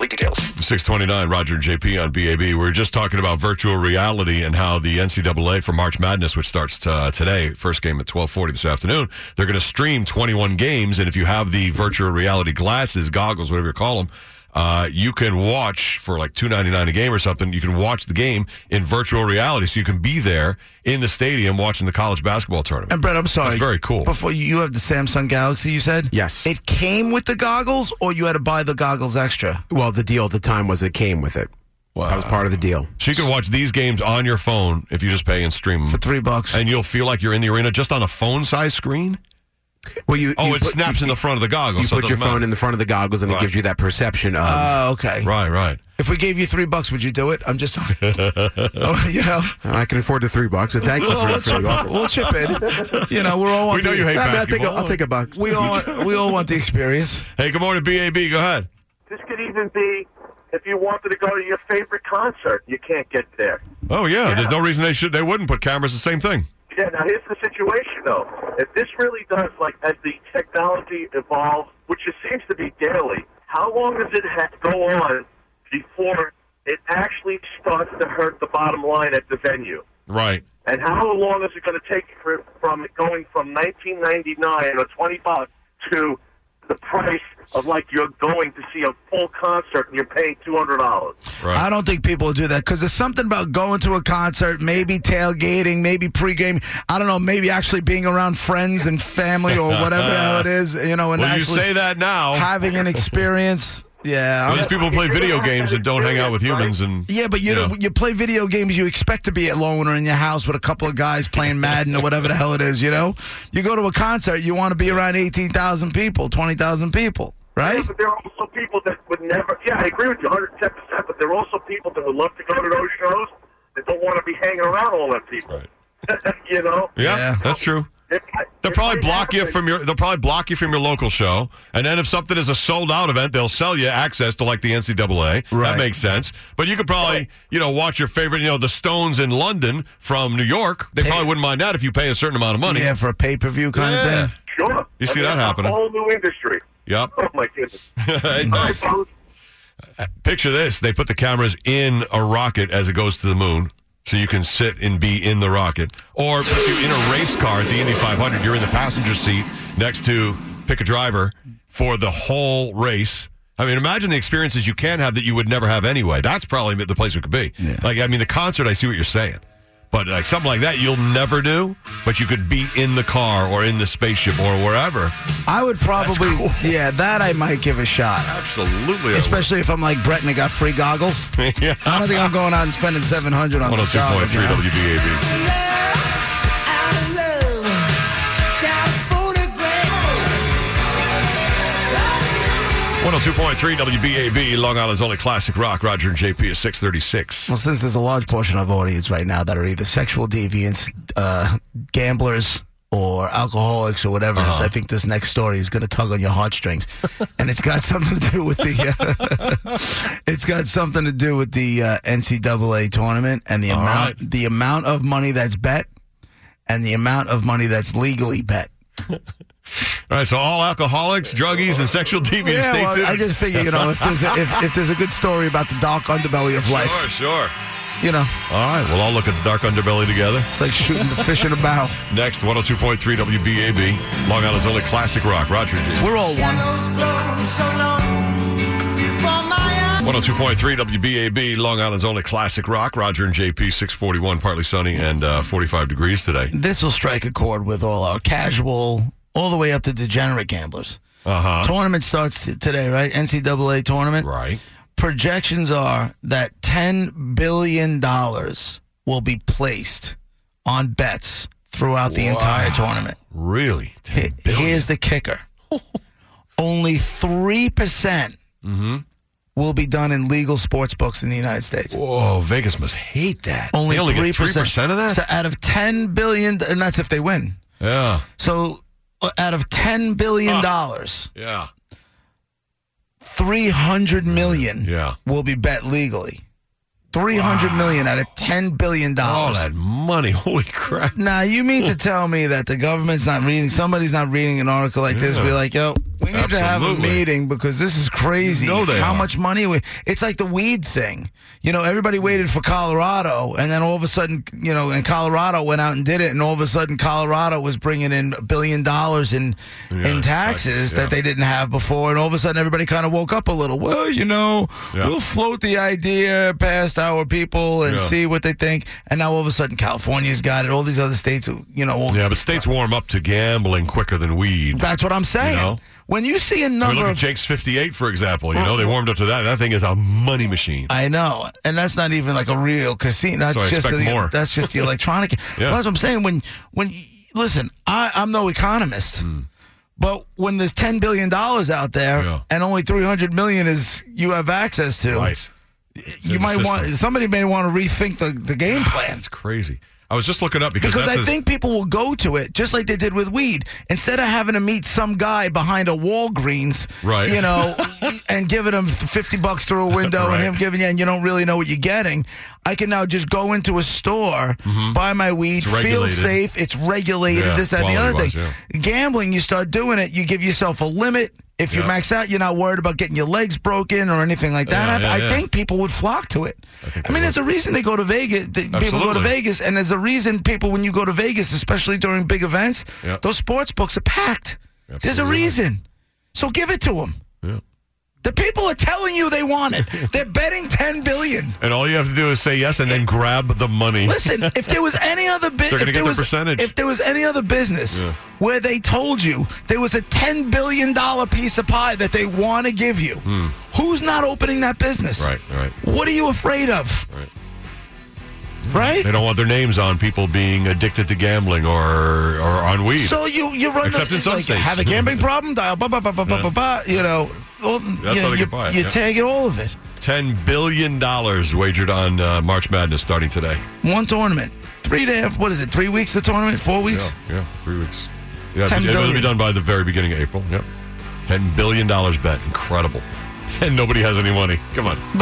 League details. 629 Roger and JP on BAB. We were just talking about virtual reality and how the NCAA for March Madness, which starts uh, today, first game at 1240 this afternoon, they're going to stream 21 games. And if you have the virtual reality glasses, goggles, whatever you call them, uh, you can watch for like two ninety nine a game or something. You can watch the game in virtual reality, so you can be there in the stadium watching the college basketball tournament. And Brett, I'm sorry. That's very cool. Before you have the Samsung Galaxy, you said Yes. It came with the goggles, or you had to buy the goggles extra. Well, the deal at the time was it came with it. That was part of the deal. So you can watch these games on your phone if you just pay and stream them. For three bucks. and you'll feel like you're in the arena just on a phone size screen. Well, you Oh, you it snaps in the front of the goggles. You so it put your doesn't phone matter. in the front of the goggles, and Right. Uh, it gives you that perception of. Oh, okay. Right, right. If we gave you three bucks, would you do it? I'm just sorry. oh, you know, I can afford the three bucks, but thank you for we'll the chip, free offer. we'll chip in. You know, we're all. on We know the- you hate I mean, I'll take a- basketball. I'll take a buck. We all we all want the experience. Hey, good morning, BAB. Go ahead. This could even be if you wanted to go to your favorite concert, you can't get there. Oh yeah, there's no reason they should. They wouldn't put cameras. The same thing. Yeah, now here's the situation though. If this really does, like, as the technology evolves, which it seems to be daily, how long does it ha- go on before it actually starts to hurt the bottom line at the venue? Right. And how long is it going to take for, from going from 1999 or 20 bucks to the price of like you're going to see a full concert and you're paying two hundred dollars? Right. I don't think people do that because there's something about going to a concert, maybe tailgating, maybe pregame. I don't know, maybe actually being around friends and family or whatever the hell it is, you know, and Well, you actually say that now. having an experience. Yeah. Well, I'm- These people play video games and don't hang out with humans. And yeah, but you you know, know. you play video games. You expect to be alone or in your house with a couple of guys playing Madden or whatever the hell it is. You know, you go to a concert, you want to be around eighteen thousand people, twenty thousand people, Yeah, right? but there are also people that would never. Yeah, I agree with you 110. percent But there are also people that would love to go to those shows that don't want to be hanging around all that people. Right. you know. yeah, Yeah. that's true. If I- They'll if probably they block you happen- from your. They'll probably block you from your local show, and then if something is a sold out event, they'll sell you access to like the NCAA. That Right. makes sense. But you could probably, you know, watch your favorite, you know, the Stones in London from New York. They probably wouldn't mind that if you pay a certain amount of money. Yeah, for a pay per view kind Yeah. of thing. Sure. You I see mean, that it's happening. A whole new industry. Yep. Oh my goodness. All right, And fellas. Picture this: they put the cameras in a rocket as it goes to the moon, so you can sit and be in the rocket, or put you in a race car at the Indy 500. You're in the passenger seat next to pick a driver for the whole race. I mean, imagine the experiences you can have that you would never have anyway. That's probably the place it could be. Like, I mean, the concert. I see what you're saying. But like something like that, you'll never do. But you could be in the car or in the spaceship or wherever. I would probably, cool. yeah, that I might give a shot. Absolutely, I would. Especially if I'm like Brett and I got free goggles. yeah. I don't think I'm going out and spending 700 on the goggles. you 102.3 know? WBAB. Got a photograph. 102.3 WBAB, Long Island's only classic rock. Roger and JP is 636. Well, since there's a large portion of audience right now that are either sexual deviants, uh, gamblers, or alcoholics or whatever, it is, I think this next story is going to tug on your heartstrings, and it's got something to do with the. Uh, it's got something to do with the uh, NCAA tournament and the All amount right. the amount of money that's bet, and the amount of money that's legally bet. All right, so all alcoholics, druggies, and sexual deviants, Yeah, stay well, tuned. I just figure, you know, if there's a, if, if there's a good story about the dark underbelly of life, Sure, sure. you know, All right, we'll all look at the dark underbelly together. it's like shooting a fish in a barrel. Next, 102.3 WBAB, Long Island's only classic rock. Roger and JP. We're all one. Shadows glow so long before my eyes. 102.3 WBAB, Long Island's only classic rock. Roger and JP, 641, partly sunny and uh, 45 degrees today. This will strike a chord with all our casual, all the way up to degenerate gamblers. Uh huh. Tournament starts t- today, right? NCAA tournament. Right. Projections are that $10 billion will be placed on bets throughout the entire tournament. Really? H- 10 billion. Mm-hmm. Here's the kicker. Only 3% percent will be done in legal sports books in the United States. Whoa, Vegas must hate that. Only They only three get 3% of that? So out of ten billion, and that's if they win. yeah. So uh, out of ten Ah. billion dollars, Yeah. three hundred million Yeah. will be bet legally. Three hundred million out of ten billion All dollars. that money. Holy crap. Now you mean to tell me that the government's not reading? Somebody's not reading an article like this. Yeah. Be like, yo, we need to have a Absolutely. meeting because this is crazy. You know they How are. much money we? It's like the weed thing. You know, everybody waited for Colorado, and then all of a sudden, you know, and Colorado went out and did it, and all of a sudden, Colorado was bringing in a billion dollars in Yeah, in in taxes, taxes yeah. that they didn't have before, and all of a sudden, everybody kind of woke up a little. Well, you know, Yeah. we'll float the idea past our people and Yeah. see what they think. And now all of a sudden, California's got it. All these other states, you know, Yeah, but states warm up to gambling quicker than weed. that's what I'm saying. You know? When you see a I mean, number look at of. Jake's 58, for example. You know, they warmed up to that. That thing is a money machine. I know, and that's not even like a real casino. That's So I just expect the, more. that's just the electronic. Yeah. Well, that's what I'm saying. When when y- listen, I, I'm no economist, Hmm. but when there's ten billion dollars out there Yeah. and only three hundred million is you have access to, Right. It's you in the might want system. Ah, somebody may want to rethink the, the game plan. That's crazy. I was just looking up because, Because that's I a- think people will go to it just like they did with weed. Instead of having to meet some guy behind a Walgreens, Right. You know, and giving him fifty bucks through a window Right. and him giving you, and you don't really know what you're getting. I can now just go into a store, buy my weed, feel Mm-hmm. regulated. safe. It's regulated. Yeah, this, that, and the other quality-wise, thing. Gambling, you start doing it, you give yourself a limit. If Yeah. you max out, you're not worried about getting your legs broken or anything like that. Yeah, I, yeah, I yeah. think people would flock to it. I, mean, there's a reason they go to Vegas. that People go to Absolutely. Vegas. Vegas, and there's a reason people, when you go to Vegas, especially during big events, Yep. those sports books are packed. There's a Absolutely. reason. So give it to them. Yeah. The people are telling you they want it. They're betting ten billion. And all you have to do is say yes and then grab the money. Listen, if there was any other They're gonna business, if, get there their was- percentage. if there was any other business Yeah. where they told you there was a ten billion dollar piece of pie that they want to give you, who's not opening that business? Hmm. Right, right. What are you afraid of? Right. They don't want their names on people being addicted to gambling or, or on weed. So you you run Except the, in some like, states. have a gambling problem, dial ba ba ba ba ba ba ba. You know, all, you, how know, they you, get by, you yeah. tag it all of it. $10 billion wagered on uh, March Madness starting today. One tournament, three day. What is it? Three weeks? The tournament? Four weeks? Yeah, yeah, three weeks. Yeah, 10 it'll be billion. done by the very beginning of April. Yep. $10 billion bet. Incredible. And nobody has any money. Come on.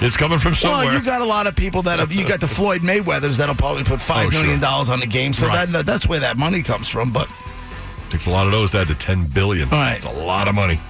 it's coming from somewhere. Well, you got a lot of people that have. You got the Floyd Mayweather's that'll probably put five Oh, sure. million dollars on the game. So Right. that that's where that money comes from. But Takes a lot of those to add to ten billion. All right. It's a lot of money.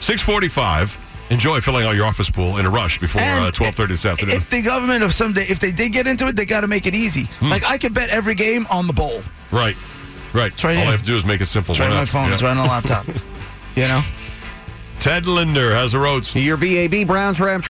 Six forty-five. Enjoy filling out your office pool in a rush before uh, And twelve thirty this afternoon. if the government of someday, if they did get into it, they got to make it easy. Hmm. Like I could bet every game on the bowl. right, right. right All I here. have to do is make it simple. It's right Why on my not? phone. Yeah. It's right on the laptop. you know. Ted Linder has the roads. Your VAB Browns Rams